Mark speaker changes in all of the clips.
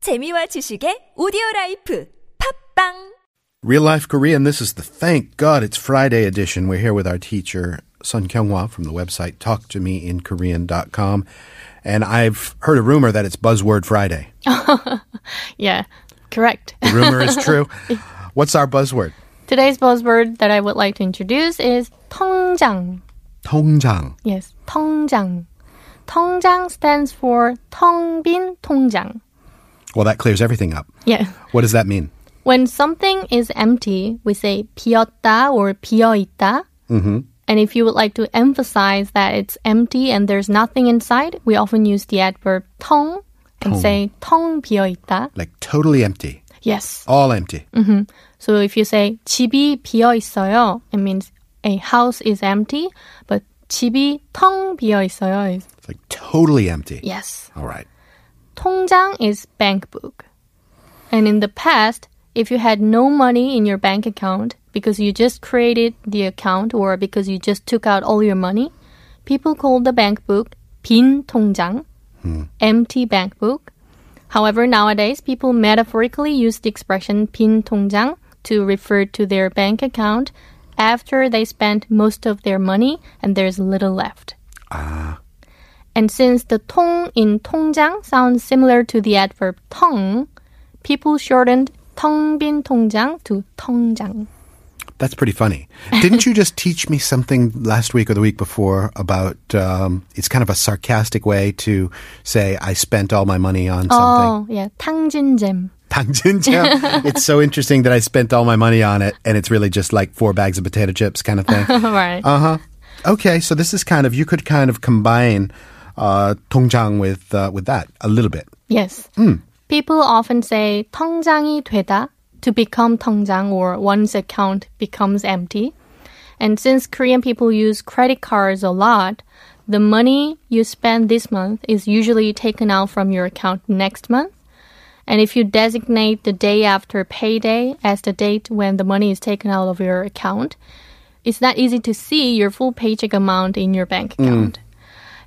Speaker 1: 재미와 지식의 오디오 라이프 팝빵
Speaker 2: Real Life Korean. This is the Thank God It's Friday edition. We're here with our teacher, Sun Kyunghwa, from the website talktomeinkorean.com. And I've heard a rumor that it's Buzzword Friday.
Speaker 3: Yeah, correct.
Speaker 2: The rumor is true. What's our buzzword?
Speaker 3: Today's buzzword that I would like to introduce is 통장.
Speaker 2: 통장.
Speaker 3: Yes, 통장. 통장 stands for 텅빈 통장.
Speaker 2: Well, that clears everything up.
Speaker 3: Yeah.
Speaker 2: What does that mean?
Speaker 3: When something is empty, we say 비었다 or 비어있다. Mm-hmm. And if you would like to emphasize that it's empty and there's nothing inside, we often use the adverb 텅 and say 텅 비어있다.
Speaker 2: Like totally empty.
Speaker 3: Yes.
Speaker 2: All empty.
Speaker 3: So if you say 집이 비어 있어요, it means a house is empty, but 집이 텅 비어 있어요 is
Speaker 2: It's like totally empty.
Speaker 3: yes.
Speaker 2: All right.
Speaker 3: 통장 is bank book. And in the past, if you had no money in your bank account because you just created the account or because you just took out all your money, people called the bank book 빈 통장, empty bank book. However, nowadays people metaphorically use the expression 빈 통장 to refer to their bank account after they spent most of their money and there's little left. And since the tong in 통장 sounds similar to the adverb tong, people shortened 텅빈 통장 to 통장.
Speaker 2: That's pretty funny. Didn't you just teach me something last week or the week before about um, it's kind of a sarcastic way to say I spent all my money on something?
Speaker 3: Oh, yeah, 탕진잼.
Speaker 2: Tangentia. it's so interesting that I spent all my money on it, and it's really just like four bags of potato chips kind of thing.
Speaker 3: right.
Speaker 2: Uh huh. Okay, so this is kind of you could kind of combine uh, 통장 with uh, with that a little bit.
Speaker 3: yes. People often say 통장이 되다 to become 통장 or one's account becomes empty. And since Korean people use credit cards a lot, the money you spend this month is usually taken out from your account next month. And if you designate the day after payday as the date when the money is taken out of your account, it's not easy to see your full paycheck amount in your bank account.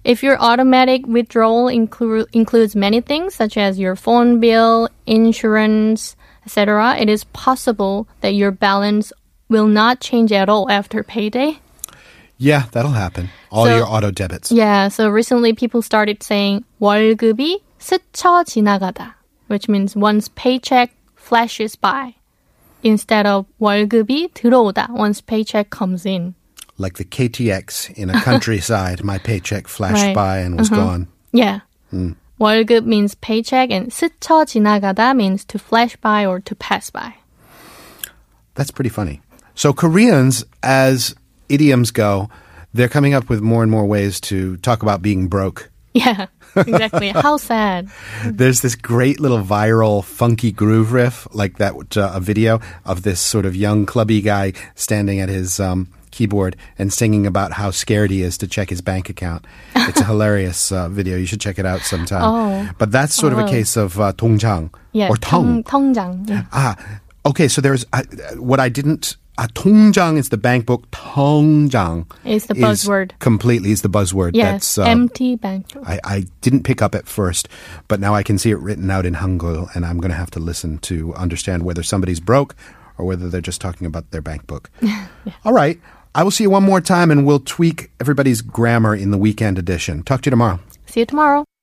Speaker 3: If your automatic withdrawal inclu- includes many things such as your phone bill, insurance, etc., it is possible that your balance will not change at all after payday.
Speaker 2: Yeah, that'll happen. All
Speaker 3: So-
Speaker 2: your auto debits.
Speaker 3: Yeah, so recently people started saying 월급이 스쳐 지나가다, which means one's paycheck flashes by instead of 월급이 들어오다, one's paycheck comes in.
Speaker 2: Like the KTX in a countryside, my paycheck flashed
Speaker 3: Right. Uh-huh.
Speaker 2: by and was gone.
Speaker 3: Yeah. 월급 means paycheck and 스쳐 지나가다 means to flash by or to pass by.
Speaker 2: That's pretty funny. So Koreans, as idioms go, they're coming up with more and more ways to talk about being broke.
Speaker 3: Yeah, exactly. How sad.
Speaker 2: There's this great little viral funky groove riff, like that uh, a video of this sort of young clubby guy standing at his um, keyboard and singing about how scared he is to check his bank account. It's a hilarious uh, video. You should check it out sometime.
Speaker 3: Oh.
Speaker 2: But that's sort of a case of uh, 동장
Speaker 3: Yeah.
Speaker 2: or tong.
Speaker 3: 통- 통장. Yeah.
Speaker 2: Ah, okay. So there's uh, what I didn't. Uh, 통장 is the bank book. 통장
Speaker 3: It's the
Speaker 2: is
Speaker 3: buzzword.
Speaker 2: Completely is the buzzword.
Speaker 3: Yes.
Speaker 2: That's, uh,
Speaker 3: empty bank.
Speaker 2: I, I didn't pick up at first, but now I can see it written out in Hangul, and I'm going to have to listen to understand whether somebody's broke or whether they're just talking about their bank book. All right. I will see you one more time, and we'll tweak everybody's grammar in the weekend edition. Talk to you tomorrow.
Speaker 3: See you tomorrow.